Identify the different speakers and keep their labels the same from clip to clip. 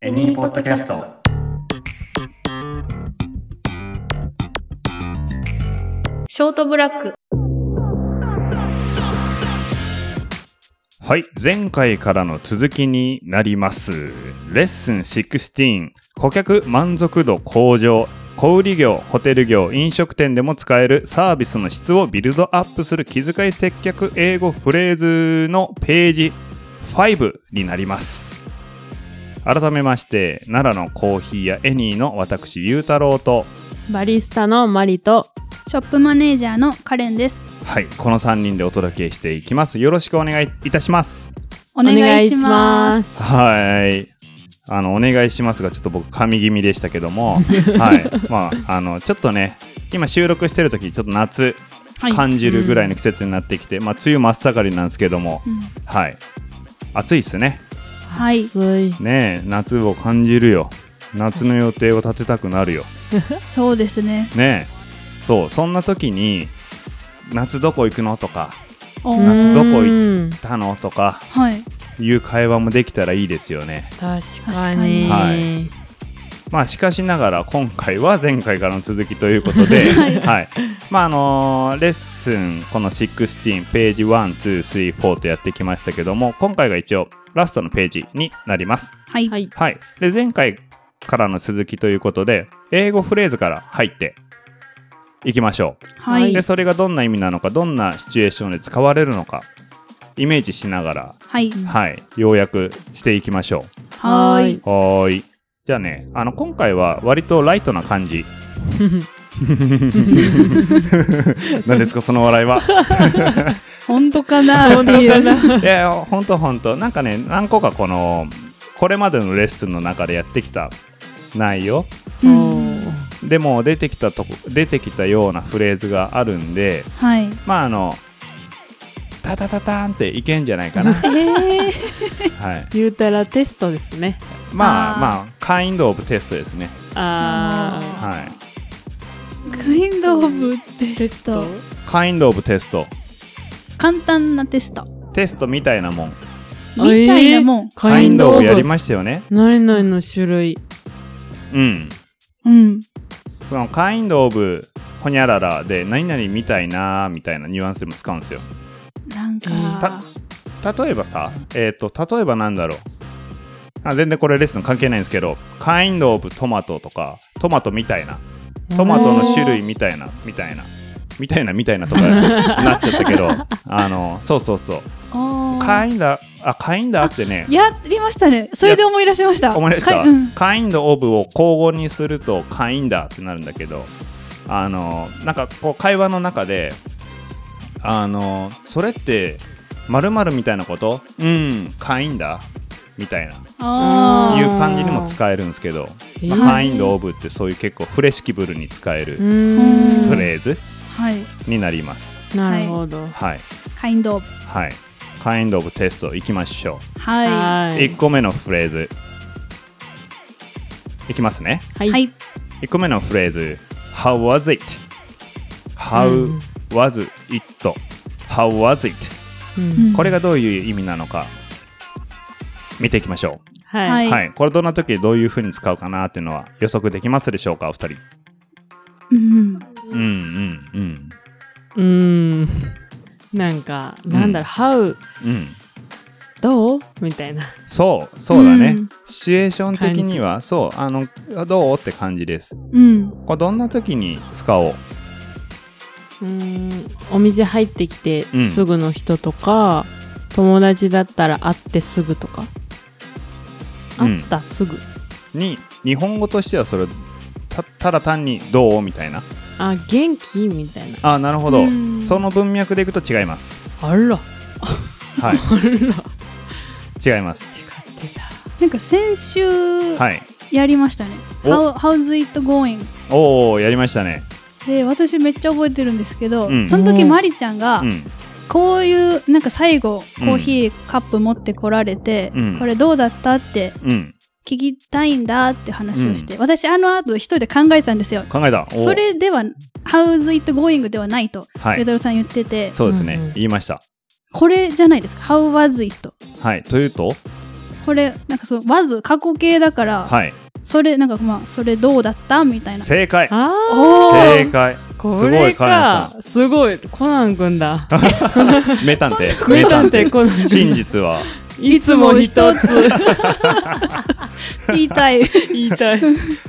Speaker 1: エニーポッドキャスト。
Speaker 2: ショートブラック。
Speaker 1: はい。前回からの続きになります。レッスン16。顧客満足度向上。小売業、ホテル業、飲食店でも使えるサービスの質をビルドアップする気遣い接客英語フレーズのページ5になります。改めまして、奈良のコーヒーやエニーの私、ゆうたろうと、
Speaker 3: バリスタのマリと
Speaker 4: ショップマネージャーのカレンです。
Speaker 1: はい、この3人でお届けしていきます。よろしくお願いいたします。
Speaker 4: お願いします。
Speaker 3: す。
Speaker 1: はい。あの、お願いしますが、ちょっと僕、神気味でしたけ ども、はい。まあ、あの、ちょっとね、今収録してる時、ちょっと夏
Speaker 4: はい
Speaker 1: 感じるぐらいの季節になってきて、まあ、梅雨真っ盛りなんですけども、
Speaker 4: うん
Speaker 1: はい。暑いっすね。
Speaker 4: はい
Speaker 3: 暑い。
Speaker 1: ねえ、夏を感じるよ。夏の予定を立てたくなるよ。
Speaker 4: そうですね。
Speaker 1: ねえ。そう、そんな時に、夏どこ行くのとか、
Speaker 4: お
Speaker 1: ん夏どこ
Speaker 3: 行っ
Speaker 1: たのとか、
Speaker 4: はい。
Speaker 1: いう会話もできたらいいですよね。
Speaker 3: 確
Speaker 4: か
Speaker 3: か
Speaker 4: に
Speaker 3: に。
Speaker 1: はまあしかしながら今回は前回からの続きということで、はい。まああのーレッスンこの16ページ1、2、3、4とやってきましたけども、今回が一応ラストのページになります。
Speaker 4: はい。
Speaker 3: はい。
Speaker 1: はい。で、前回からの続きということで、英語フレーズから入っていきましょ
Speaker 4: は
Speaker 3: は
Speaker 1: う。
Speaker 4: い
Speaker 1: で、。それがどんな意味なのか、どんなシチュエーションで使われるのか、イメージしながら、
Speaker 4: はい。
Speaker 1: はい、要約していきましょう。
Speaker 4: はーい。
Speaker 1: はーい。じゃあね、あの、今回は割とライトな感じ。 何ですか、その笑いは。
Speaker 4: 本当かなっていう。
Speaker 1: いや、ほんとほんと。なんかね、何個かこの、これまでのレッスンの中でやってきた内容。
Speaker 4: うん
Speaker 1: でも、出てきたとこ、出てきたようなフレーズがあるんで、
Speaker 4: はい。
Speaker 1: まあ、あの、タタタタンっていけんじゃないかな。
Speaker 4: えー、
Speaker 1: はい。
Speaker 3: 言うたらテストですね。
Speaker 1: まあ、
Speaker 4: あー
Speaker 1: まあ、カインドオブテストですね。
Speaker 3: ああ。
Speaker 1: はい。
Speaker 4: カインドオブテスト。
Speaker 1: カインドオブテスト。
Speaker 4: 簡単なテスト。
Speaker 1: テストみたいなもん。
Speaker 4: みたいなもん。
Speaker 1: カインドオブやり
Speaker 3: ま
Speaker 1: ましたよね。
Speaker 3: 何々の種類。
Speaker 1: うん。
Speaker 4: うん。
Speaker 1: その、カインドオブ、ほにゃららで、何々みたいな、みたいなニュアンスでも使うんですよ。
Speaker 4: なんか、
Speaker 3: えー
Speaker 1: た例えばさ、えっ、と、例えばなんだろう。あ全然これレッスン関係ないんですけど、カインドオブトマトとか、トマトみたいな、トマトの種類みたいな、みたいな、みたいな、みたいなとかなっちゃったけど、あの、そうそうそう。
Speaker 4: あー
Speaker 1: カインダ、あ、カインダってね、
Speaker 4: やりましたね。それで思い出しました。
Speaker 1: 思い出した、
Speaker 4: かうん。
Speaker 1: カインドオブを交互にするとカインダーってなるんだけどあのなんかこう会話の中であのそれってまるみたいなことうんカインダーみたいな
Speaker 4: あ
Speaker 3: ー
Speaker 1: いう感じにも使えるんですけど
Speaker 3: え
Speaker 1: ま
Speaker 3: ー
Speaker 1: あカインドオブってそういう結構フレシキブルに使え
Speaker 3: う
Speaker 1: る
Speaker 3: ーん
Speaker 1: フレーズ
Speaker 4: あ。はい。
Speaker 1: になります
Speaker 3: なるほど。
Speaker 1: はい
Speaker 4: カインドオブ。
Speaker 1: はいカインドオブテストいきましょ
Speaker 4: は。
Speaker 1: う、
Speaker 3: はい
Speaker 1: 1。個目のフレーズいきますね
Speaker 3: はい
Speaker 4: はい。
Speaker 1: 1個目のフレーズ How was it? How
Speaker 3: うん
Speaker 1: was it? How was it?
Speaker 3: うん
Speaker 1: これがどういう意味なのか見ていきましょ
Speaker 3: は
Speaker 1: う。
Speaker 3: い。
Speaker 4: はい
Speaker 1: はい。これどんな時どういう風に使うかなっていうのは予測できますでしょうか、お二人。
Speaker 4: うん。
Speaker 1: うんうん
Speaker 3: うーん。なんか、なんだろう、How?
Speaker 1: うん。うん。
Speaker 3: どうみたいな。
Speaker 1: そう、そうだね
Speaker 4: うん。
Speaker 1: シチュエーション的には、そう、あの、どうって感じです。
Speaker 4: うん。
Speaker 1: これどんな時に使おう。
Speaker 3: うーんお店入ってきて
Speaker 1: うん
Speaker 3: すぐの人とか、友達だったら会ってすぐとか、
Speaker 1: うん
Speaker 3: 会ったすぐ
Speaker 1: に、日本語としてはそれ、たただ単にどうみたいな。
Speaker 3: あ元気みたいな
Speaker 1: あ、なるほど
Speaker 4: う。ん
Speaker 1: その文脈でいくと違います。
Speaker 3: あら
Speaker 1: はい。
Speaker 3: あら違って
Speaker 1: 違います。
Speaker 3: た
Speaker 4: なんか先週
Speaker 1: はい。
Speaker 4: やりましたね。
Speaker 1: お
Speaker 4: How, how's it going?
Speaker 1: おお、やりましたね。
Speaker 4: で私めっちゃ覚えてるんですけど、
Speaker 1: うん
Speaker 4: その時まりちゃんが
Speaker 1: うん。
Speaker 4: こういうなんか最後
Speaker 1: うん
Speaker 4: コーヒーカップ持ってこられて、
Speaker 1: うん
Speaker 4: これどうだったって
Speaker 1: うん。
Speaker 4: 聞きたいんだって話をして、私あの後一人で考えたんですよ。
Speaker 1: 考えた。おー
Speaker 4: それでは How's it going ではないと
Speaker 1: は
Speaker 4: ベ
Speaker 1: い。
Speaker 4: ドルさん言ってて、
Speaker 1: そうですね、
Speaker 3: うんうん
Speaker 1: 言いました。
Speaker 4: これじゃないですか How was it?
Speaker 1: はい。というと
Speaker 4: これなんかそう「わず」過去形だから、
Speaker 1: はい
Speaker 4: それなんかまあそれどうだったみたいな
Speaker 1: 正解
Speaker 3: あ
Speaker 4: お
Speaker 1: 正
Speaker 4: ー
Speaker 1: 解す
Speaker 3: あ、
Speaker 1: ご
Speaker 3: こ
Speaker 1: い
Speaker 3: れ
Speaker 1: カレンさ
Speaker 3: か。すごい、コナン君だ。
Speaker 1: ん名探偵
Speaker 3: 名探偵コナン
Speaker 1: 真
Speaker 3: 君。
Speaker 1: 実は
Speaker 3: いつも一つ
Speaker 4: 言いたい
Speaker 3: 言いたい。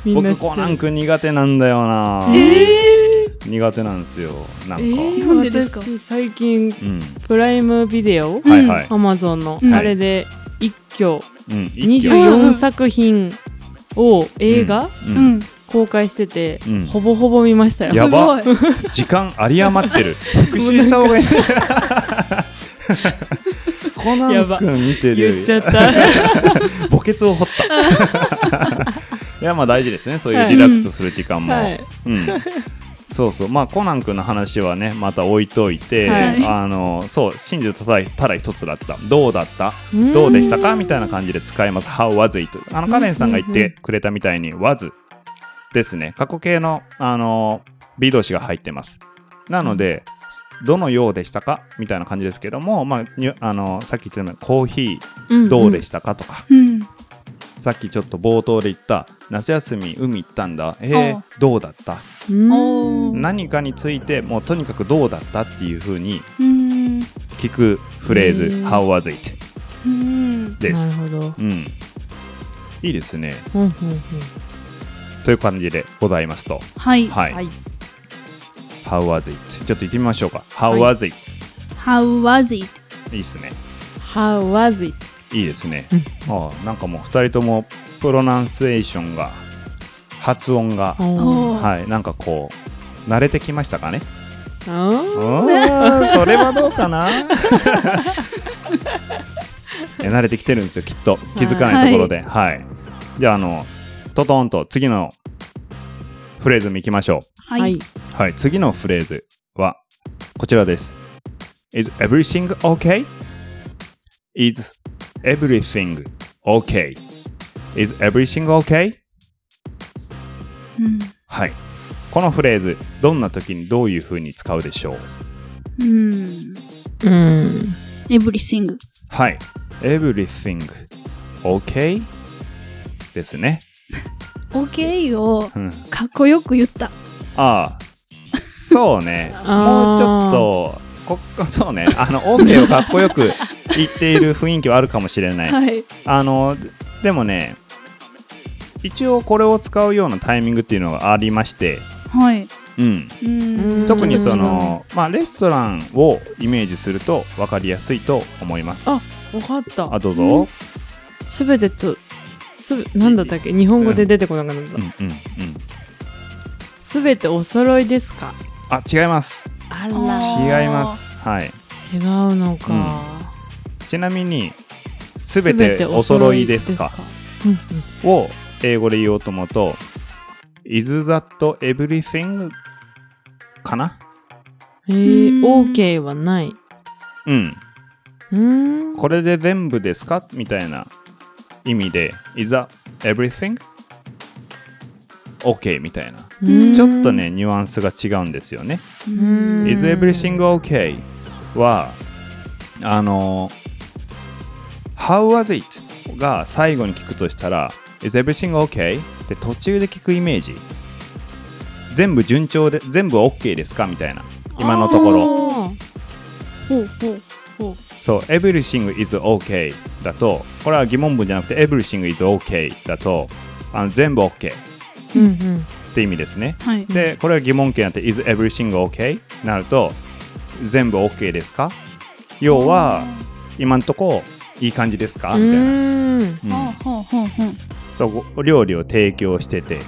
Speaker 3: みんな
Speaker 1: 僕
Speaker 3: 知って
Speaker 1: コ
Speaker 3: る
Speaker 1: ナン君苦手なんだよな
Speaker 3: え
Speaker 1: 苦手なんですよなんか、
Speaker 3: え
Speaker 4: なんでですか
Speaker 3: 私最近
Speaker 1: うん
Speaker 3: プライムビデオ、
Speaker 4: ん
Speaker 1: はいはい、
Speaker 3: アマゾンの、
Speaker 4: うん
Speaker 3: あれで一挙
Speaker 1: うん、一挙
Speaker 3: 24作品を映画、
Speaker 1: うん
Speaker 4: うん
Speaker 3: 公開してて、
Speaker 1: うん
Speaker 3: ほぼほぼ見ました
Speaker 1: いや
Speaker 3: よ。
Speaker 4: すご
Speaker 1: ば
Speaker 4: い
Speaker 1: 時間有り余って る復習した方がいいコナン君見て
Speaker 3: 言っ
Speaker 1: る
Speaker 3: ちゃった。
Speaker 1: 墓穴を掘った いやまあ大事ですねそういうリラックスする時間も、
Speaker 3: はい。
Speaker 1: うん、そうそうまあコナン君の話はねまた置いといて、
Speaker 3: はい
Speaker 1: あのそう真実ただただ一つだったどうだったどうでしたかみたいな感じで使います。How was it? あの、カレンさんが言ってくれたみたいに、was ですね。過去形の、あの、B 動詞が入ってます。なので、どのようでしたかみたいな感じですけども、まあ、にあの、さっき言ったように、コーヒーどうで
Speaker 3: し
Speaker 1: したかとか、
Speaker 4: うん
Speaker 1: さっきちょっと冒頭で言った、夏休み海行ったんだ。え
Speaker 4: お
Speaker 1: ー
Speaker 4: う、
Speaker 1: どうだった
Speaker 3: たうん
Speaker 4: おー
Speaker 1: 何かについて、もうとにかくどうだったっていう風に
Speaker 4: うん
Speaker 1: 聞くフレーズ、
Speaker 3: へー
Speaker 1: How was it?
Speaker 4: うん
Speaker 1: で
Speaker 3: なる
Speaker 1: す。
Speaker 3: ほど。
Speaker 1: うん。いいですね。
Speaker 3: うんうん
Speaker 1: という感じでございますと。
Speaker 4: はい
Speaker 1: は
Speaker 3: うん
Speaker 1: い。
Speaker 3: はい。
Speaker 1: How was it? ちょっと行ってみましょうか。How
Speaker 3: は
Speaker 1: was it?
Speaker 4: 「How was it?
Speaker 1: いいですね。
Speaker 3: How was it?
Speaker 1: いいですね
Speaker 3: う。
Speaker 1: ああなんかもう二人ともプロナンセーションが、発音が、
Speaker 3: おー
Speaker 4: おー
Speaker 1: はい、なんかこう、慣れてきましたかね。
Speaker 3: あ
Speaker 1: う
Speaker 3: ー
Speaker 1: ーん、それはどうか ないや慣れてきてるんですよ、きっと。気づかないところで。はい。じゃあ、あの、トトンと次のフレーズに行きましょう。
Speaker 4: はい
Speaker 3: はい。
Speaker 1: はい、次のフレーズはこちらです。Is everything okay?Is everything okay?Is everything okay?
Speaker 4: うん
Speaker 1: はい。このフレーズ、どんな時にどういう風に使うでしょう
Speaker 4: うん
Speaker 3: うん。
Speaker 4: 「Everything
Speaker 1: はい。Everything okay? ですね。」
Speaker 4: 「OK」を
Speaker 1: うん、
Speaker 4: かっこよく言った
Speaker 1: ああ、そうね。も
Speaker 3: あ
Speaker 1: うち
Speaker 3: ー
Speaker 1: ょっと、こ そうね。あの、OK をかっこよく言っている雰囲気はあるかもしれない。
Speaker 4: はい
Speaker 1: あのででもね一応これを使うようなタイミングっていうのがありまして、
Speaker 4: はい
Speaker 1: うん、
Speaker 4: うん
Speaker 1: 特にその、まあ、レストランをイメージすると分かりやすいと思います。
Speaker 3: あわかった
Speaker 1: あ。どうぞ。
Speaker 3: すべてと、すべ、なんだったっけ日本語で出てこなかった
Speaker 1: うん。うんうん。
Speaker 3: すべてお揃いですか
Speaker 1: あ違います。
Speaker 3: あ
Speaker 4: あ
Speaker 3: ら、
Speaker 1: 違います。はい。
Speaker 3: 違うのか。
Speaker 1: ちなみにすべてお揃いですか
Speaker 3: 全て
Speaker 1: を英語で言おうと思うと Is that everything? かな
Speaker 3: お揃いですかう
Speaker 4: う
Speaker 3: んうん。えー、
Speaker 4: ん
Speaker 3: OK はない。
Speaker 1: うん。
Speaker 3: うーん。
Speaker 1: これで全部ですかみたいな意味で、is that everything? OK みたいな。
Speaker 3: うん
Speaker 1: ちょっと。ね、ニュアンスが違うんですよね。
Speaker 4: う
Speaker 3: うん
Speaker 1: is everything OK? は、あの、how was it? が最後に聞くとしたら、is everything OK? って途中で聞くイメージ。全部順調で、全部 OK ですかみたいな。今のところ。
Speaker 3: あ
Speaker 4: ほうほう
Speaker 1: そう、everything is okay だと、これは疑問文じゃなくて、everything is okay だと、あの全部 OK っ
Speaker 3: ー。うんうん。
Speaker 1: て意味ですね。
Speaker 4: はい
Speaker 1: で、これは疑問形になって、is everything okay? なると、全部 OK ですか要は、今んとこ、いい感じですかみたいな。
Speaker 3: うーん
Speaker 1: うん
Speaker 4: ほうほうほうほう
Speaker 1: そうお料理を提供してて、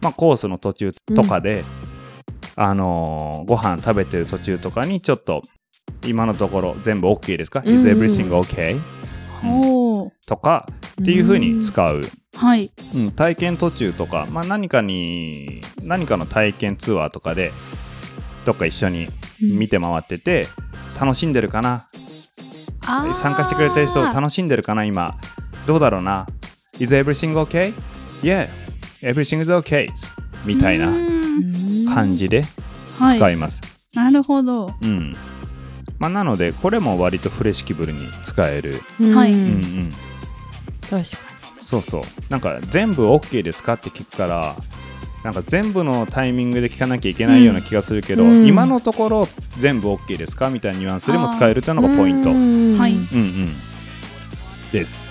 Speaker 1: まあ、コースの途中とかで、あのーご飯食べてる途中とかにちょっと今のところ全部 OK ですか、
Speaker 3: うんうん
Speaker 1: ?Is everything okay?
Speaker 4: ほう
Speaker 1: とかっていう風に使う、
Speaker 4: はい
Speaker 1: うん体験途中とか、まあ、何かに何かの体験ツアーとかでどっか一緒に見て回ってて、楽しんでるかな
Speaker 4: あー
Speaker 1: 参加してくれてる人楽しんでるかな今どうだろうな Is everything okay?Yeah, everything is okay みたいうなん
Speaker 3: うんーん
Speaker 1: 感じで
Speaker 4: は
Speaker 1: 使
Speaker 4: い
Speaker 1: います、
Speaker 4: なるほど
Speaker 1: うんまあ、なのでこれも割とフレシキブルに使える、
Speaker 3: うん
Speaker 4: はい
Speaker 1: うんうん
Speaker 3: 確か
Speaker 1: そうそうなんか全部 OK ですかって聞くからなんか全部のタイミングで聞かなきゃいけないような気がするけど、
Speaker 3: うん
Speaker 1: 今のところ全部 OK ですかみたいなニュアンスでも使えるという
Speaker 3: に。
Speaker 1: のがポイント。
Speaker 3: う
Speaker 1: うん
Speaker 3: ん
Speaker 4: はい
Speaker 1: うんです。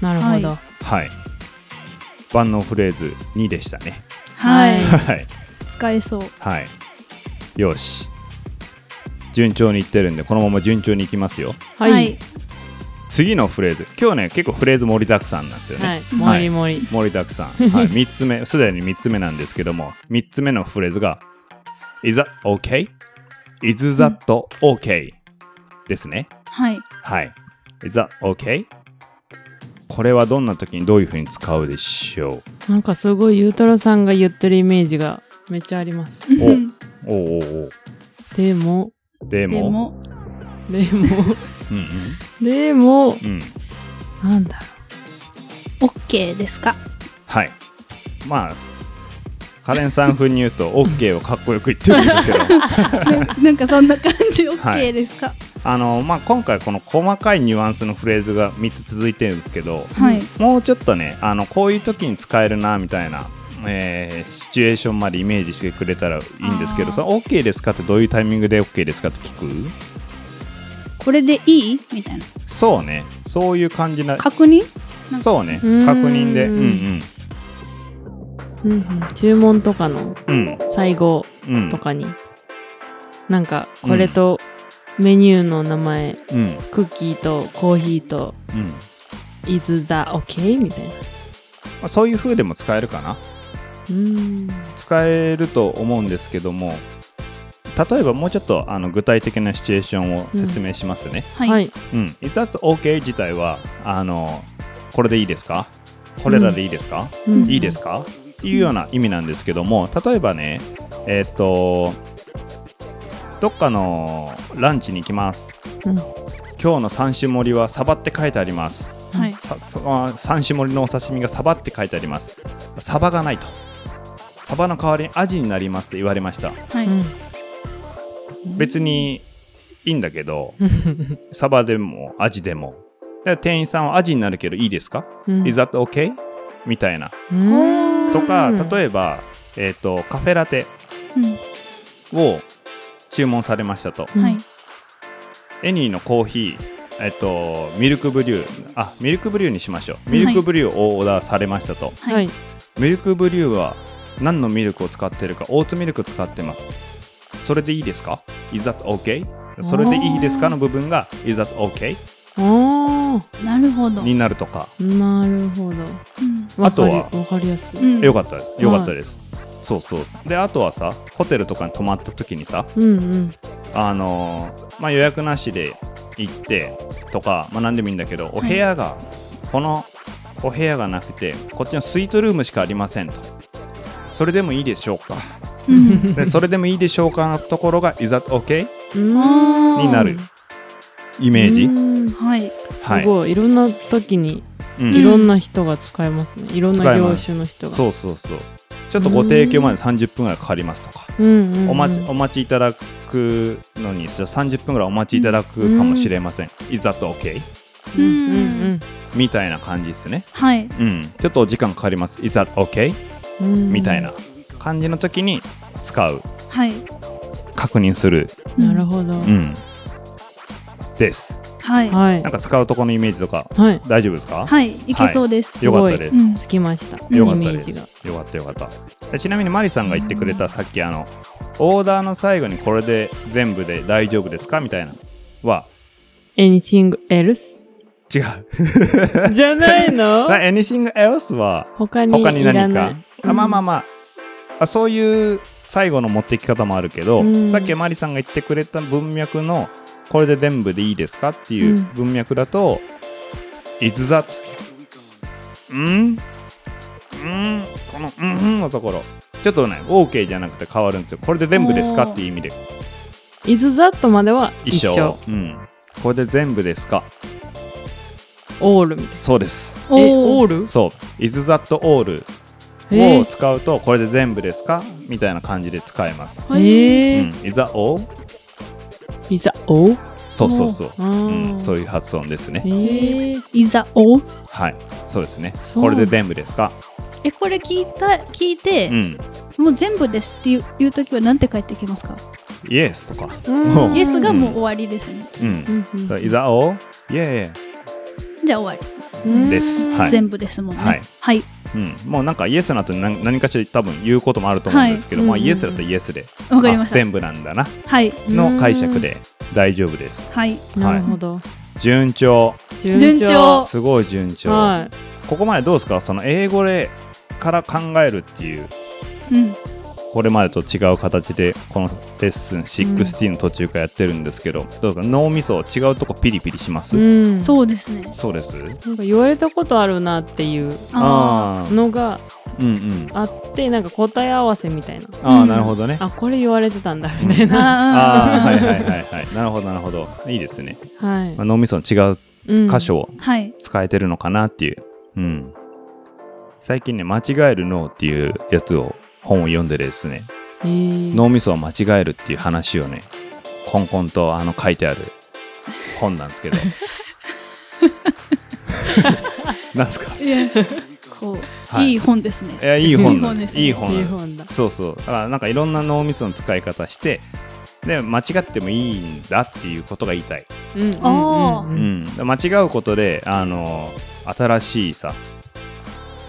Speaker 3: なるほど。
Speaker 1: はい。万能フレーズ2でしたね。
Speaker 4: はい、
Speaker 3: は
Speaker 1: はい。
Speaker 4: 使えそう
Speaker 1: はい。よし。順調にいってるんで、このまま順調にいきますよ。
Speaker 3: はい。はい。
Speaker 1: 次のフレーズ。今日ね、結構フレーズ盛りだくさんなんですよね。
Speaker 3: もりもり。
Speaker 1: 盛りだくさん。はい。3つ 目、すでに3つ目なんですけども、3つ目のフレーズが、Is that okay?Is that okay? ですね。
Speaker 4: はい
Speaker 1: はい。Is that okay? これはどんな時にどういうふうに使うでしょう
Speaker 3: なんかすごいゆうたろうさんが言ってるイメージがめっちゃあります。
Speaker 1: おおうおう
Speaker 3: でも、
Speaker 1: おうで
Speaker 4: で
Speaker 1: も
Speaker 4: も
Speaker 3: でも、
Speaker 1: うん
Speaker 3: でも、
Speaker 1: うんうん
Speaker 3: なんだろ
Speaker 4: OK ですか
Speaker 1: はいまあカレンさん風に言 うと OK をかっこよく言ってるんですけど
Speaker 4: な なんかそんな感じ
Speaker 1: はい
Speaker 4: OK ですか
Speaker 1: あの、まあ、今回この細かいニュアンスのフレーズが3つ続いてるんですけど
Speaker 4: はい、
Speaker 1: もうちょっとねあのこういう時に使えるなみたいな、えーシチュエーションまでイメージしてくれたらいいんですけ
Speaker 4: あ
Speaker 1: ど
Speaker 4: ー
Speaker 1: その OK ですかってどういうタイミングで OK ですかって聞く
Speaker 4: これでいいみたいな
Speaker 1: そうねそういう感じな
Speaker 4: 確認なんか
Speaker 1: そうね確
Speaker 3: うーん
Speaker 1: 認でうん
Speaker 3: う。うんうん、注文とかの
Speaker 1: うん
Speaker 3: 最後
Speaker 1: うんうん
Speaker 3: とかに、なんかこれとメニューの名前、
Speaker 1: うん
Speaker 3: クッキーとコーヒーと
Speaker 1: うん
Speaker 3: イズザオッケーみたいな。
Speaker 1: まあ、そういう風でも使えるかな
Speaker 3: うーん。
Speaker 1: 使えると思うんですけども例えばもうちょっとあの具体的なシチュエーションを説明しますね、
Speaker 4: はい、
Speaker 3: はい。
Speaker 1: うん Is that okay 自体はあのこれでいいですかこれらでいいですか、
Speaker 3: うん
Speaker 1: いいですかっていうような意味なんですけども例えばねえっ、とどっかのランチに行きます
Speaker 3: うん
Speaker 1: 今日の三種盛りはサバって書いてあります
Speaker 4: はい
Speaker 1: さそあ三種盛りのお刺身がサバって書いてありますサバがないとサバの代わりにアジになりますって言われました
Speaker 4: はい、
Speaker 3: うん
Speaker 1: 別にいいんだけどサバでもアジでもで店員さんはアジになるけどいいですか、
Speaker 3: うん。
Speaker 1: ?Is that okay? みたいな
Speaker 3: うーん
Speaker 1: とか例えば、えっとカフェラテ
Speaker 4: うん
Speaker 1: を注文されましたと
Speaker 3: うん
Speaker 4: はい
Speaker 1: エニーのコーヒーえっと、ミルクブリューあミルクブリューにしましょうミルクブリューをオーダーされましたと、
Speaker 4: は
Speaker 3: はいい。
Speaker 1: ミルクブリューは何のミルクを使ってるかオーツミルク使ってますそれでいいですか ?Is that okay? それでいいですかの部分が Is that okay?
Speaker 3: あ
Speaker 4: なるほど、
Speaker 1: になるとか
Speaker 3: あ、なるほど。
Speaker 4: うん
Speaker 1: あとは
Speaker 3: わかりわかりやす
Speaker 4: う
Speaker 3: い。
Speaker 4: ん
Speaker 1: よかったよかったです、そうそうであとはさホテルとかに泊まった時にさ
Speaker 3: うんうん。
Speaker 1: あのーまあ予約なしで行ってとかまあ何でもいいんだけどお部屋がこのお部屋がなくてこっちのスイートルームしかありませんとそれでもいいでしょう か
Speaker 4: うん
Speaker 1: でそれでもいいでしょうかのところが Is that okay?
Speaker 3: うん
Speaker 1: になるイメージ、
Speaker 3: うん
Speaker 4: はい
Speaker 1: はい
Speaker 3: すごい。いろんな時に
Speaker 1: うん
Speaker 3: いろんな人が使えますね。いろん
Speaker 1: 使
Speaker 3: な
Speaker 1: えま
Speaker 3: 業
Speaker 1: す
Speaker 3: 種の人が。
Speaker 1: そうそうそうちょっとご提供まで30分ぐらいかかりますとか、
Speaker 3: うんうんうん。
Speaker 1: お待ちお待ちいただくのにじゃあ30分ぐらいお待ちいただくかもしれません、Is that okay?
Speaker 3: うんうん
Speaker 1: みたいな感じですね
Speaker 4: はい
Speaker 1: うんちょっとお時間かかります Is that okay?
Speaker 3: うんうん。
Speaker 1: みたいな感じの時に使う
Speaker 4: はい
Speaker 1: 確認する
Speaker 3: なるほど。
Speaker 1: うんです
Speaker 4: はい
Speaker 3: はい
Speaker 1: なん。か使うとこのイメージとか
Speaker 3: はい。
Speaker 1: 大丈夫ですか、
Speaker 4: はいいけそうです、
Speaker 1: よかったです
Speaker 4: う、ん
Speaker 3: つきました。イメ
Speaker 1: よかったで
Speaker 3: ー
Speaker 1: す
Speaker 3: ジが。
Speaker 1: よかったよかったでちなみにマリさんが言ってくれたさっきあのオーダーの最後にこれで全部で大丈夫ですかみたいなは
Speaker 3: anything else?
Speaker 1: 違う
Speaker 3: じゃな いの
Speaker 1: Anything else は
Speaker 3: 他に
Speaker 1: 他に
Speaker 3: いら
Speaker 1: 何
Speaker 3: な
Speaker 1: か
Speaker 3: い。
Speaker 1: あまあまあまああそういう最後の持ってき方もあるけど、
Speaker 3: うん
Speaker 1: さっきマリさんが言ってくれた文脈のこれで全部でいいですかっていううん文脈だと「Is that? うん」うんこの「うんうん」のところちょっとね OK じゃなくて変わるんですよこれで全部ですかっていう意味で
Speaker 3: is that までは一
Speaker 1: 一
Speaker 3: 緒。
Speaker 1: 緒、うん、これで全部ですか
Speaker 3: all みたいな。
Speaker 1: そうです
Speaker 3: え、
Speaker 4: おー
Speaker 3: all?
Speaker 1: そう「Is that all?」
Speaker 3: え
Speaker 1: を使うとこれで全部ですかみたいな感じで使えます。
Speaker 3: ー、え
Speaker 1: う
Speaker 3: ー
Speaker 1: ん、is that all?
Speaker 3: is that all?
Speaker 1: そうそうそうそう。
Speaker 3: あー
Speaker 1: うん、そういう発音ですね。
Speaker 3: えー、
Speaker 4: いざお
Speaker 1: はい、そうですね。
Speaker 3: そう
Speaker 1: これで全部ですか。
Speaker 4: えこれ聞いた聞いて
Speaker 1: う、ん、
Speaker 4: もう全部ですっていういう時はなんて帰ってきますか、
Speaker 1: イエスとか。
Speaker 3: うん
Speaker 4: イエスがもう終わりですね
Speaker 1: う、
Speaker 3: うんんうん
Speaker 1: いざお。イエ
Speaker 4: じゃあ終わ
Speaker 3: うん
Speaker 1: ですはい
Speaker 4: り全部ですもんね
Speaker 1: はい
Speaker 4: はい、
Speaker 1: ーイ。うん、もうなんかイエスの後に何何かしら多分言うこともあると思うんですけど、
Speaker 3: はい
Speaker 1: まあ
Speaker 3: うんうん
Speaker 1: イエスだったらイエスで。
Speaker 4: わかりまし
Speaker 1: あ
Speaker 4: た
Speaker 1: 全部なんだな。
Speaker 4: はい
Speaker 1: の解釈で大丈夫です。
Speaker 4: はい
Speaker 3: なるほど、
Speaker 1: 順調。
Speaker 4: 順調
Speaker 1: すごい順調。
Speaker 3: は
Speaker 1: ここまでどうですかその英語でから考えるっていう
Speaker 4: うん
Speaker 1: これまでと違う形でこのレッスン16の途中からやってるんですけど、どうですか脳みそ違うとこピリピリします、
Speaker 3: い、うん、う
Speaker 4: そうですね
Speaker 1: そうです
Speaker 3: なんか言われたことあるなっていう
Speaker 4: あ
Speaker 1: ー
Speaker 3: のが
Speaker 1: うんうん
Speaker 3: あってなんか答え合わせみたいな
Speaker 1: あ
Speaker 4: う
Speaker 1: あ
Speaker 4: ん
Speaker 1: なるほどね、
Speaker 3: あこれ言われてたんだみたい
Speaker 4: ー
Speaker 3: な、
Speaker 1: ああ
Speaker 4: あ
Speaker 1: はい
Speaker 4: ー
Speaker 1: はいはいはいなるほどなるほどいいですね、
Speaker 3: はい
Speaker 1: まあ、脳みその違う
Speaker 3: うん
Speaker 1: 箇所を
Speaker 4: はい
Speaker 1: 使えてるのかなっていううん最近ね間違える脳っていうやつを本を読んでですね
Speaker 3: えー
Speaker 1: 脳みそを間違えるっていう話をねコンコンとあの書いてある本なんですけどなんすか
Speaker 4: いやこう、
Speaker 1: はい
Speaker 4: い、い本ですね
Speaker 1: いやいい本な
Speaker 4: いい本
Speaker 1: ん
Speaker 4: ですね
Speaker 1: いい本
Speaker 3: い
Speaker 1: ないの
Speaker 3: 本だ
Speaker 1: そうそうだからなんかいろんな脳みその使い方してで間違ってもいいんだっていうことが言いたい、
Speaker 3: うんうん
Speaker 4: あ
Speaker 3: う
Speaker 1: うんん、間違うことであの新しいさ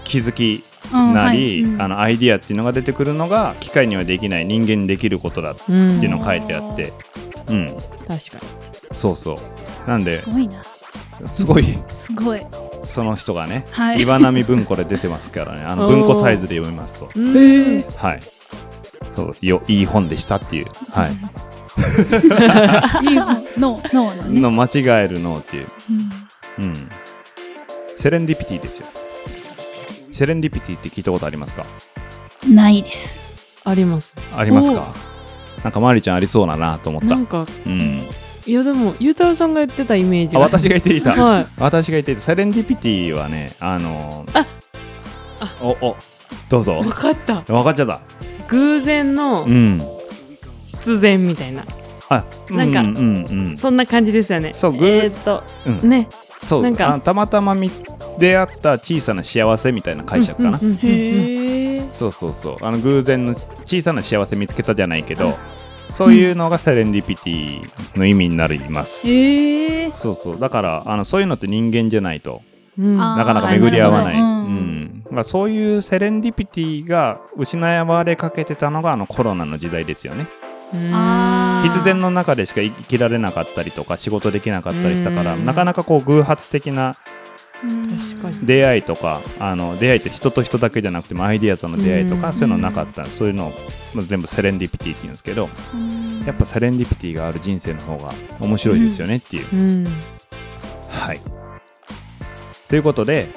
Speaker 1: 気づき
Speaker 4: うん
Speaker 1: な
Speaker 4: はい
Speaker 1: り、
Speaker 4: うん、
Speaker 1: あのアイディアっていうのが出てくるのが機械にはできない人間にできることだって
Speaker 3: うん
Speaker 1: いうのが書いてあって、うん、
Speaker 3: 確か
Speaker 1: そうそう。なんです
Speaker 4: ごいな
Speaker 1: すごい、
Speaker 4: すごい
Speaker 1: その人がね、
Speaker 4: はい
Speaker 1: 岩波文庫で出てますからね、あの
Speaker 3: おー
Speaker 1: 文庫サイズで読みますと。
Speaker 3: にうん
Speaker 4: へー
Speaker 1: はい。そう、よ、いい本でしたっていう。はい。
Speaker 4: いい本ノーノーだね
Speaker 1: の間違えるのっていう。
Speaker 4: うん
Speaker 1: うん。セレンディピティですよ。セレンディピティって聞いたことありますか
Speaker 4: ないです
Speaker 3: あります
Speaker 1: ありますかなんかまりちゃんありそうだなと思った
Speaker 3: な。んか
Speaker 1: うん。
Speaker 3: いやでもゆうたろうさんが言ってたイメージ
Speaker 1: あ、
Speaker 3: が
Speaker 1: 私が言っていた。
Speaker 3: はい
Speaker 1: 私が言っていた。セレンディピティはね、あのー
Speaker 3: あ
Speaker 1: お、お、どう ぞ
Speaker 3: 分。かった
Speaker 1: 分かっちゃった。
Speaker 3: 偶然の
Speaker 1: うん。
Speaker 3: 必然みたいな
Speaker 1: あ、
Speaker 3: なんか
Speaker 1: うんうんうん、
Speaker 3: そんな感じですよね
Speaker 1: そうぐ
Speaker 3: えーっと
Speaker 1: うん
Speaker 3: ね
Speaker 1: そう
Speaker 3: なんか
Speaker 1: あたまたま見出会った小さな幸せみたいな解釈かな。
Speaker 3: うんうんうんうん
Speaker 4: へえ
Speaker 1: そうそうそう。あの偶然の小さな幸せ見つけたじゃないけど、そういうのがセレンディピティの意味になります。
Speaker 4: へえ
Speaker 1: そうそう。だからあのそういうのって人間じゃないと
Speaker 3: うん
Speaker 4: あー
Speaker 1: なかなか巡り合わない。
Speaker 4: なるほ
Speaker 1: う
Speaker 4: どうん
Speaker 1: ん。だからそういうセレンディピティが失われかけてたのがあのコロナの時代ですよね。
Speaker 3: うん
Speaker 4: あー
Speaker 1: 必然の中でしか生きられなかったりとか仕事できなかったりしたから
Speaker 3: うん
Speaker 1: なかなかこう偶発的な
Speaker 3: 確かに
Speaker 1: 出会いとかあの出会いって人と人だけじゃなくてもアイディアとの出会いとか、
Speaker 3: うん
Speaker 1: そういうのなかったそういうのをまあ全部セレンディピティって言うんですけど
Speaker 4: に
Speaker 1: やっぱセレンディピティがある人生の方が面白いですよねっていう、
Speaker 3: うん
Speaker 1: はいということで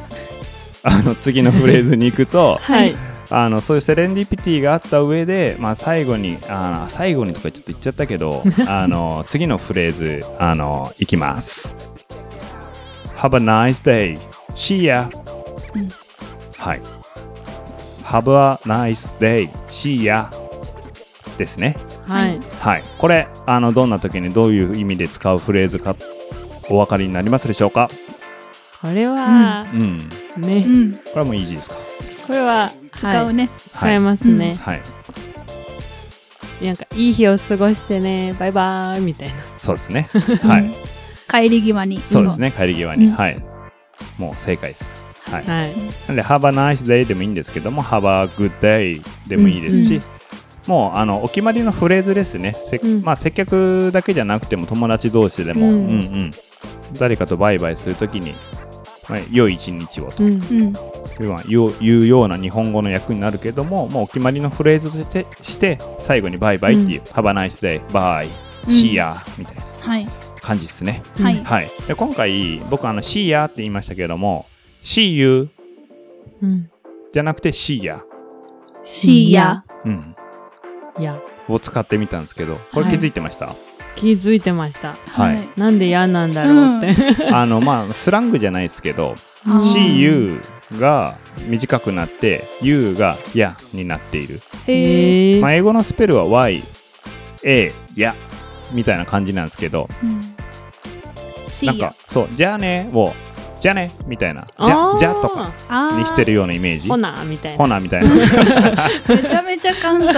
Speaker 1: あの次のフレーズに行くと
Speaker 3: はい
Speaker 1: あのそういうセレンディピティがあった上で、まあ、最後にあの最後にとかちょっと言っちゃったけ どあの次のフレーズあのいきます Have a nice day See ya、
Speaker 4: うん
Speaker 1: はい Have a nice day See ya ですね
Speaker 3: はい
Speaker 1: はいこれあのどんな時にどういう意味で使うフレーズかお分かりになりますでしょうか
Speaker 3: これは
Speaker 1: うん
Speaker 4: う
Speaker 3: ね
Speaker 4: ん
Speaker 1: これはもうイージーですか
Speaker 3: これは
Speaker 4: 使う
Speaker 3: はい
Speaker 4: ね
Speaker 3: 使えますね
Speaker 1: はい
Speaker 3: なんかいい日を過ごしてねバイバイみたいな
Speaker 1: そうですねはい
Speaker 4: 帰り際に
Speaker 1: そうですね、帰り際に。
Speaker 4: うん
Speaker 1: はい。もう正解です。はい。な
Speaker 3: はい
Speaker 1: んで、Have a nice day でもいいんですけども、Have a good day でもいいですし、
Speaker 4: うん
Speaker 1: もうあのお決まりのフレーズですね。せ
Speaker 3: うん
Speaker 1: まあ、接客だけじゃなくても、友達同士でも、う、
Speaker 3: うんん
Speaker 1: うん誰かとバイバイするときに、まあ、良い一日をと
Speaker 3: うん
Speaker 4: うん
Speaker 1: まあ言う言うような日本語の役になるけども、もうお決まりのフレーズとして、して最後にバイバイっていう、Have a nice day, bye,
Speaker 4: うん
Speaker 1: see ya みたいな
Speaker 4: はい
Speaker 1: 感じですね。
Speaker 4: は
Speaker 3: う
Speaker 4: い
Speaker 1: はい、で今回僕あの「シーヤ」って言いましたけども「シーユ
Speaker 3: うん
Speaker 1: じゃなくて「シーヤ
Speaker 4: See ya
Speaker 1: うん
Speaker 3: いや」
Speaker 1: を使ってみたんですけどこれ
Speaker 3: は
Speaker 1: 気
Speaker 3: い
Speaker 1: づいてました、
Speaker 3: 気づいてました
Speaker 1: はい
Speaker 3: なんで嫌なんだろうって
Speaker 1: あのまあスラングじゃないですけど
Speaker 4: あ
Speaker 1: 「
Speaker 4: ー
Speaker 1: シーユ」が短くなって「ユ」が「や」になっている、
Speaker 4: へえ
Speaker 1: まあ、英語のスペルは「Y」「A」「や」みたいな感じなんですけど
Speaker 4: See
Speaker 1: なん
Speaker 4: you.
Speaker 1: かそう「じゃあね」を「じゃあね」みたいな「じ
Speaker 3: あ
Speaker 1: ゃ
Speaker 3: ー
Speaker 1: じゃ」とか
Speaker 4: あー
Speaker 1: にしてるようなイメージ
Speaker 3: ほなみたい
Speaker 1: ほ
Speaker 3: な。
Speaker 1: なみたいな
Speaker 4: めちゃめちゃ関西。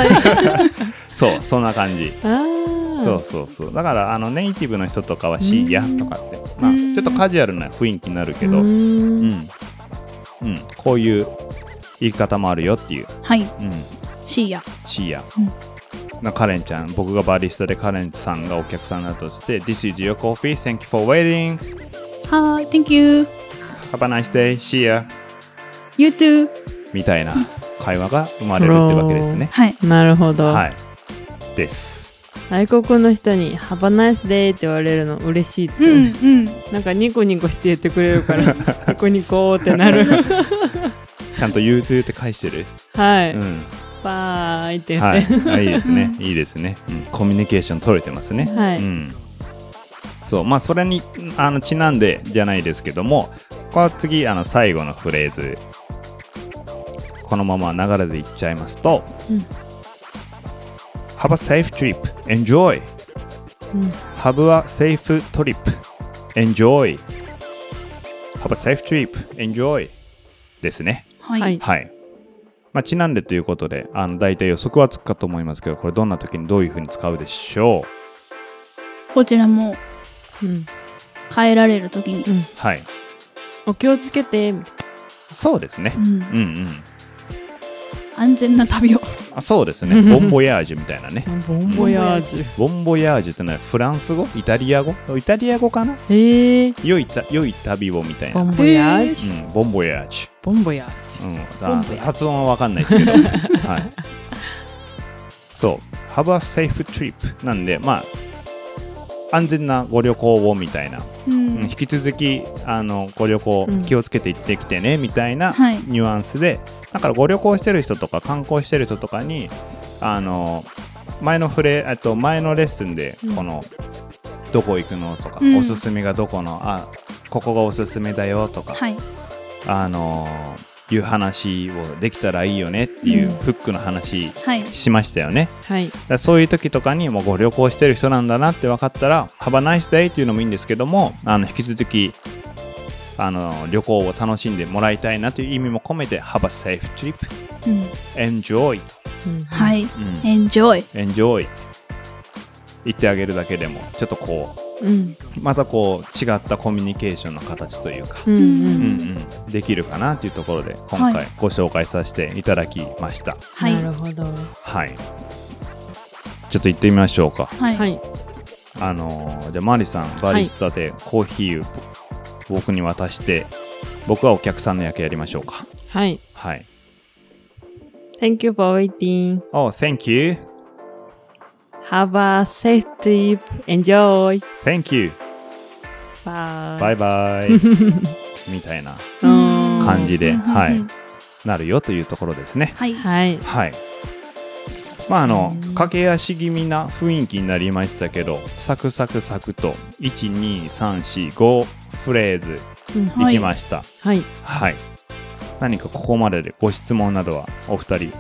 Speaker 1: そうそんな感じ
Speaker 3: あー
Speaker 1: そうそうそうだからあのネイティブの人とかは「しや」とかってまあ
Speaker 4: うん
Speaker 1: ちょっとカジュアルな雰囲気になるけど
Speaker 3: う
Speaker 1: うん
Speaker 3: ーん
Speaker 1: うんこういう言い方もあるよっていう
Speaker 4: はい。
Speaker 1: うん
Speaker 4: シーや。
Speaker 1: シーヤ
Speaker 4: うん
Speaker 1: なカレンちゃん僕がバリスタでカレンさんがお客さんだとして This is your coffee thank you for waiting
Speaker 4: はーい。Thank you.
Speaker 1: have a nice day see ya
Speaker 4: You too.
Speaker 1: みたいな会話が生まれるってわけですね
Speaker 4: はい。
Speaker 3: なるほど。
Speaker 1: はいです
Speaker 3: 外国の人に「ハバナイスデイ」って言われるの嬉しいです
Speaker 4: う
Speaker 3: よね、
Speaker 4: んうん。
Speaker 3: なんかニコニコして言ってくれるから ニコニコってなる
Speaker 1: ちゃんと You too って返してる
Speaker 3: はい、
Speaker 1: うん
Speaker 3: バーイって言っ
Speaker 1: は
Speaker 3: て、
Speaker 1: いあいいですね
Speaker 4: う
Speaker 1: いいですねうんコミュニケーション取れてますね
Speaker 3: はい
Speaker 1: うんそうまあそれにあのちなんでじゃないですけどもここは次あの最後のフレーズこのまま流れでいっちゃいますと、
Speaker 3: うん
Speaker 1: Have a safe trip enjoy、
Speaker 3: うん
Speaker 1: Have a safe trip enjoy Have a safe trip enjoy ですね
Speaker 4: は
Speaker 3: はいい。
Speaker 1: はい。まあ、ちなんでということで、あの大体予測はつくかと思いますけど、これどんな時にどういうふうに使うでしょう
Speaker 4: こちらも
Speaker 3: うん
Speaker 4: 変えられるときに。
Speaker 3: うん、
Speaker 1: はい。
Speaker 3: お気をつけてみたい
Speaker 1: そうですね
Speaker 4: う。ん。
Speaker 1: うんうん。
Speaker 4: 安全な旅を。
Speaker 1: あそうですね。ボンボヤージュみたいなね。
Speaker 3: なボンボヤージュ
Speaker 1: ボンボヤージュってのはフランス語イタリア語イタリア語かな
Speaker 3: へえ
Speaker 1: 良いた良い旅をみたいな。
Speaker 3: ボ
Speaker 1: う
Speaker 3: ンボヤージュ、
Speaker 1: ん、ボンボヤージ
Speaker 3: ボンボヤージ
Speaker 1: ュ。うん、
Speaker 4: ボ
Speaker 1: あ
Speaker 4: ンボヤ
Speaker 1: 発音はわかんないですけど。はい。そう。Have a safe trip なんで、まあ、安全なご旅行をみたいな。
Speaker 4: う
Speaker 1: うん
Speaker 4: ん。
Speaker 1: 引き続きあのご旅行
Speaker 3: うん
Speaker 1: 気をつけて行ってきてね、みたいな
Speaker 4: はい
Speaker 1: ニュアンスでだからご旅行してる人とか観光してる人とかにあの前のフレあと前のレッスンで
Speaker 3: うん
Speaker 1: この、どこ行くのとか、
Speaker 4: うん
Speaker 1: おすすめがどこのあここがおすすめだよとか、
Speaker 4: はい。
Speaker 1: あのいう話をできたらいいよねっていう
Speaker 3: うん
Speaker 1: フックの話
Speaker 4: はい。
Speaker 1: しましたよね。
Speaker 3: ュはい
Speaker 1: だからそういう時とかにもうご旅行してる人なんだなって分かったら「Have a nice day」っていうのもいいんですけどもあの引き続きあの旅行を楽しんでもらいたいなという意味も込めて「Have a safe trip
Speaker 4: うん。
Speaker 1: enjoy」
Speaker 3: うん
Speaker 4: はい。
Speaker 1: うん
Speaker 4: Enjoy.
Speaker 1: 「enjoy」言ってあげるだけでもちょっとこ
Speaker 3: うん
Speaker 1: うまたこう違ったコミュニケーションの形というか、
Speaker 3: うんう
Speaker 1: うん
Speaker 3: ん
Speaker 1: うんできるかなというところで今
Speaker 4: は
Speaker 1: 回
Speaker 4: い
Speaker 1: ご紹介させていただきました。
Speaker 4: はい。
Speaker 3: なるほどは、
Speaker 1: はい、ちょっと行ってみましょうか。
Speaker 4: はいい。
Speaker 1: あのーじゃあマリさんバリスタでコーヒーを僕に渡して、僕はお客さんの役やりましょうか
Speaker 3: はい、
Speaker 1: はい
Speaker 3: Thank you for waiting
Speaker 1: Oh thank you
Speaker 3: Have a safe trip Enjoy
Speaker 1: thank you
Speaker 3: バ
Speaker 1: バ
Speaker 3: イ
Speaker 1: イバイ みたいな感じで
Speaker 4: うん
Speaker 1: はい
Speaker 4: うん
Speaker 1: なるよというところですね
Speaker 4: はい。
Speaker 3: はい
Speaker 1: はいまああの駆け足気味な雰囲気になりましたけどサクサクサクと12345フレーズ
Speaker 3: うん
Speaker 1: い
Speaker 4: はい
Speaker 1: きました、
Speaker 3: はい
Speaker 1: はい。何かここまででご質問などはお二人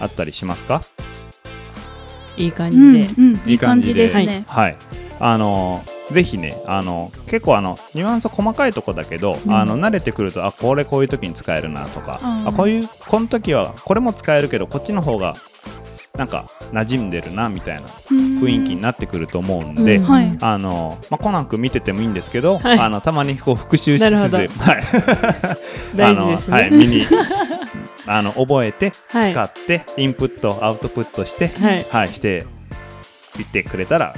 Speaker 1: あったりしますか
Speaker 3: いい感
Speaker 4: う
Speaker 3: じ
Speaker 4: ん。
Speaker 3: で、
Speaker 4: うん。いい感じですね。
Speaker 1: はい。あのーぜひね、あのー結構あのニュアンス細かいとこだけど、
Speaker 3: うん
Speaker 1: あの慣れてくるとあこれこういう時に使えるなとか、
Speaker 4: うん
Speaker 1: あこういうこの時はこれも使えるけどこっちの方がなんか馴染んでるなみたいな
Speaker 4: 雰
Speaker 1: 雰囲気になってくると思うんで、
Speaker 3: うん
Speaker 4: はい
Speaker 1: あのーまあ、コナン君見ててもいいんですけど、
Speaker 3: はい
Speaker 1: あのたまにこう復習しつつ、
Speaker 3: なるほど
Speaker 1: はい、
Speaker 3: 大事です
Speaker 1: あ
Speaker 3: ね
Speaker 1: の、はい、見に あの覚えて、
Speaker 3: はい
Speaker 1: 使ってインプットアウトプットして、
Speaker 3: はい
Speaker 1: していってくれたら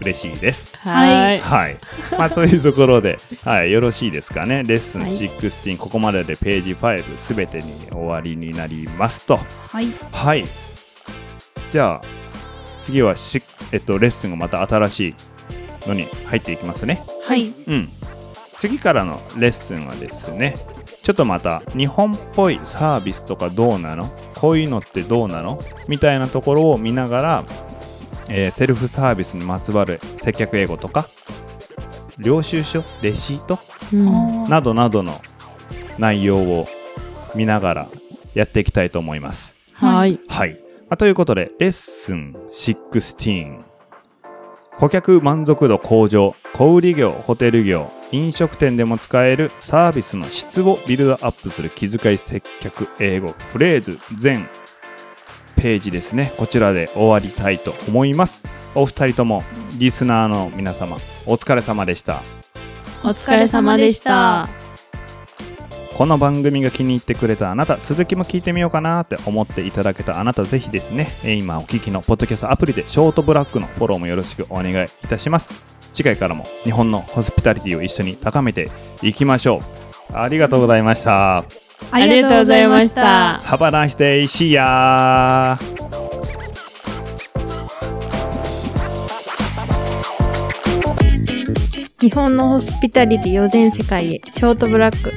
Speaker 1: 嬉しいです。
Speaker 3: はい
Speaker 1: はい、まあというところで、はい、よろしいですかねレッスン
Speaker 3: はい
Speaker 1: 16、ここまででページ5すべてに終わりになりますと
Speaker 4: はい。
Speaker 1: はいじゃあ次はし、えっと、レッスンがまた新しいのに入っていきますね。
Speaker 4: はい。
Speaker 1: うん、次からのレッスンはですねちょっとまた日本っぽいサービスとかどうなのこういうのってどうなのみたいなところを見ながら、えーセルフサービスにまつわる接客英語とか領収書レシート
Speaker 3: うん
Speaker 4: おー
Speaker 1: などなどの内容を見ながらやっていきたいと思います。
Speaker 3: はい。
Speaker 1: はい。まあということで、レッスン16。顧客満足度向上、小売業、ホテル業、飲食店でも使えるサービスの質をビルドアップする気遣い接客英語フレーズ全ページですね。こちらで終わりたいと思います。お二人ともリスナーの皆様、お疲れ様でした。
Speaker 3: お疲れ様でした。
Speaker 1: この番組が気に入ってくれたあなた続きも聞いてみようかなって思っていただけたあなたぜひですねえー今お聞きのポッドキャストアプリでショートブラックのフォローもよろしくお願いいたします次回からも日本のホスピタリティを一緒に高めていきましょうありがとうございました
Speaker 5: あ
Speaker 3: ありがとうございまし。た。
Speaker 1: Have a nice day see ya
Speaker 6: 日本のホスピタリティを全世界へショートブラック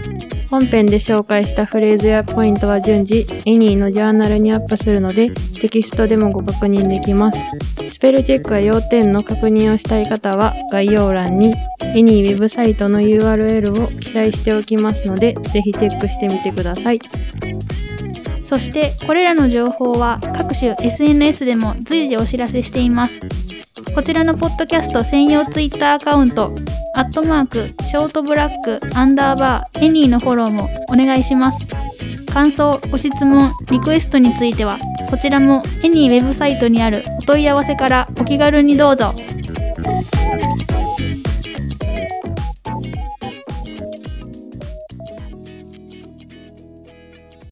Speaker 6: 本編で紹介したフレーズやポイントは順次エニーのジャーナルにアップするのでテキストでもご確認できますスペルチェックや要点の確認をしたい方は概要欄にエニーウェブサイトの URL を記載しておきますのでぜひチェックしてみてください
Speaker 4: そしてこれらの情報は各種 SNS でも随時お知らせしていますこちらのポッドキャスト専用ツイッターアカウントアットマークショートブラックアンダーバーエニーのフォローもお願いします感想ご質問リクエストについてはこちらもエニーウェブサイトにあるお問い合わせからお気軽にどうぞ